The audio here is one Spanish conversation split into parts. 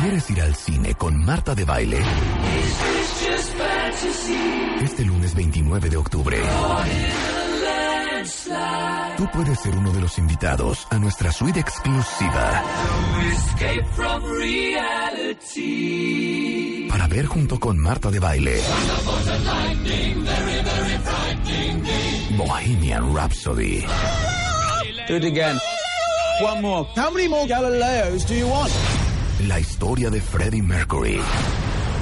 ¿Quieres ir al cine con Marta de Baile? Este lunes 29 de octubre. Tú puedes ser uno de los invitados a nuestra suite exclusiva. Para ver junto con Marta de Baile. Bohemian Rhapsody. Do it again. One more. How many more Galileos do you want? La historia de Freddie Mercury.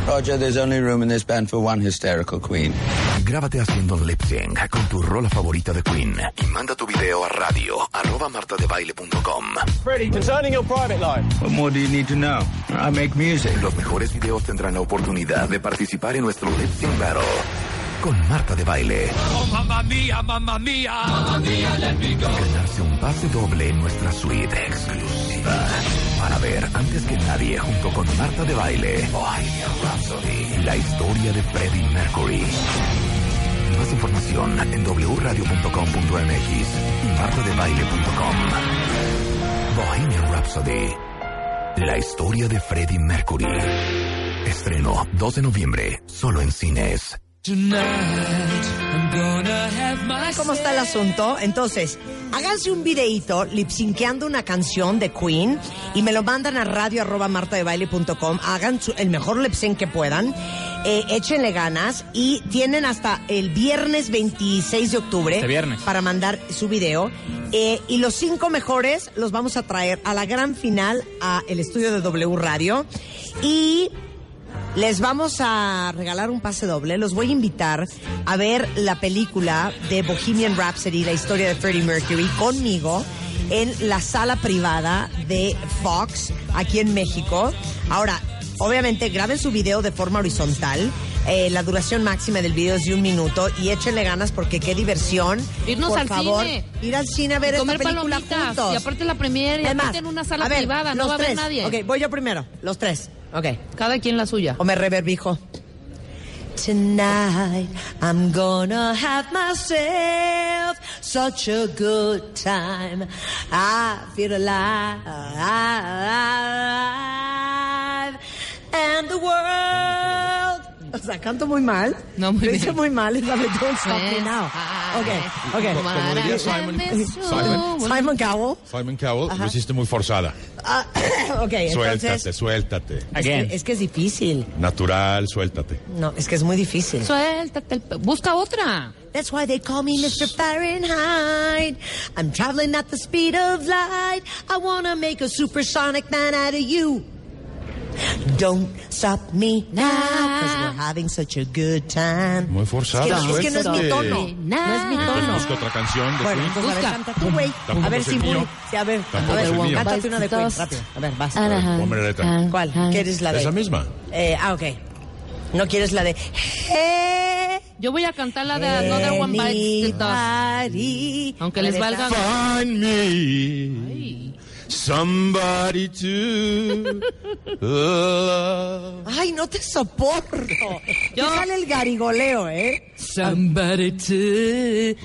Roger, there's only room in this band for one hysterical queen. Grábate haciendo lip sync con tu rola favorita de Queen y manda tu video a radio arroba martadebaile.com. Freddie, concerning your private life. What more do you need to know? I make music. Los mejores videos tendrán la oportunidad de participar en nuestro lip sync battle con Marta de Baile. Ganarse un pase doble en nuestra suite exclusiva. Para ver antes que nadie junto con Marta de Baile, Bohemian Rhapsody, la historia de Freddie Mercury. Más información en wradio.com.mx y martadebaile.com. Bohemian Rhapsody, la historia de Freddie Mercury. Estreno 2 de noviembre, solo en cines. ¿Cómo está el asunto? Entonces, háganse un videíto lipsinqueando una canción de Queen y me lo mandan a radio arroba martadebaile.com. Hagan su- el mejor lipsync que puedan. eh, échenle ganas y tienen hasta el viernes 26 de octubre Este viernes. para mandar su video. eh, y los cinco mejores los vamos a traer a la gran final a el estudio de W Radio. Y les vamos a regalar un pase doble. Los voy a invitar a ver la película de Bohemian Rhapsody, la historia de Freddie Mercury, conmigo en la sala privada de Fox, aquí en México. Ahora, obviamente, graben su video de forma horizontal. Eh, la duración máxima del video es de un minuto y échenle ganas porque qué diversión. Irnos Por al favor, cine. ir al cine a ver Y esta comer película palomitas, juntos. y aparte la premier, y Además, aparte en una sala a ver, privada, no los va a haber tres. nadie. Ok, voy yo primero. Los tres. Ok. Cada quien la suya. O me reverbijo. Tonight I'm gonna have myself such a good time. I feel alive. And the world. O sea, canto muy mal. No, muy Lo bien. Pues, hice muy mal. Es la de Don't Stop Me Now. Ok, ok. Como diría Simon- Simon. Simon Cowell. Simon Cowell, lo hiciste muy forzada. Ah, ok, suéltate, entonces. suéltate. Es que, Again. es que es difícil. Natural, suéltate. No, es que es muy difícil. Suéltate, el pe- busca otra. That's why they call me Mr. Fahrenheit. I'm traveling at the speed of light. I wanna make a supersonic man out of you. Don't stop me now, because we're having such a good time. Muy ¿eh? forzada. Es que no- es que no es mi suéltate. tono. No es mi Pues tono. busca otra canción de Bueno, Queen. entonces a ver, Busca. canta tú, güey. Tampoco A ver es si el mío. Bully. Sí, a ver, Tampoco a ver, es el mío. cántate una de Queen, Dos. rápido. A ver, vas. Ponme eh, la letra. ¿Cuál? ¿Quieres Ah. la de? Esa misma. Eh, ah, ok. No quieres la de... Hey, Yo voy a cantar la de Another One Bites the Dust. Anybody. Aunque les valga. Find me somebody to love. Ay, no te soporto. Yo... Yo- sale el garigoleo, ¿eh? Somebody to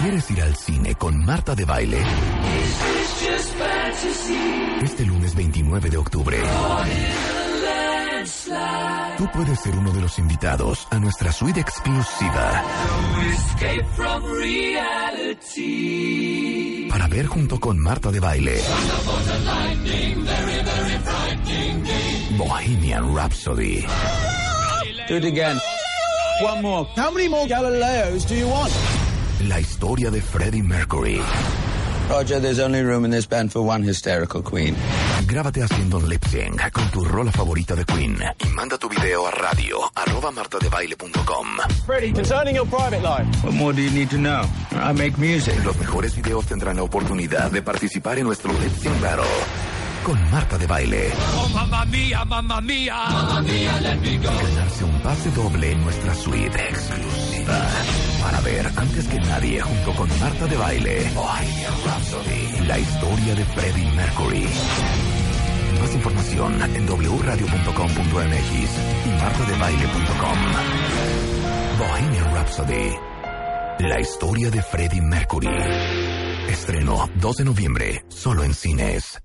¿Quieres ir al cine con Marta de Baile? Este lunes 29 de octubre. Tú puedes ser uno de los invitados a nuestra suite exclusiva. Para ver junto con Marta de Baile. Bohemian Rhapsody. Do it again. One more. How many more Galileos do you want? La historia de Freddie Mercury. Roger, there's only room in this band for one hysterical queen. Grábate haciendo un lip sync con tu rola favorita de Queen y manda tu video a radio arroba martadebaile.com. Freddie, concerning your private life. What more do you need to know? I make music. Los mejores videos tendrán la oportunidad de participar en nuestro lip sync battle con Marta de Baile. Oh, mamma mia, mamma mia. Ganarse un pase doble en nuestra suite exclusiva para ver antes que nadie junto con Marta de Baile Bohemian Rhapsody, la historia de Freddie Mercury. Más información en wradio.com.mx y martadebaile.com. Bohemian Rhapsody, la historia de Freddie Mercury. Estreno 2 de noviembre, solo en cines.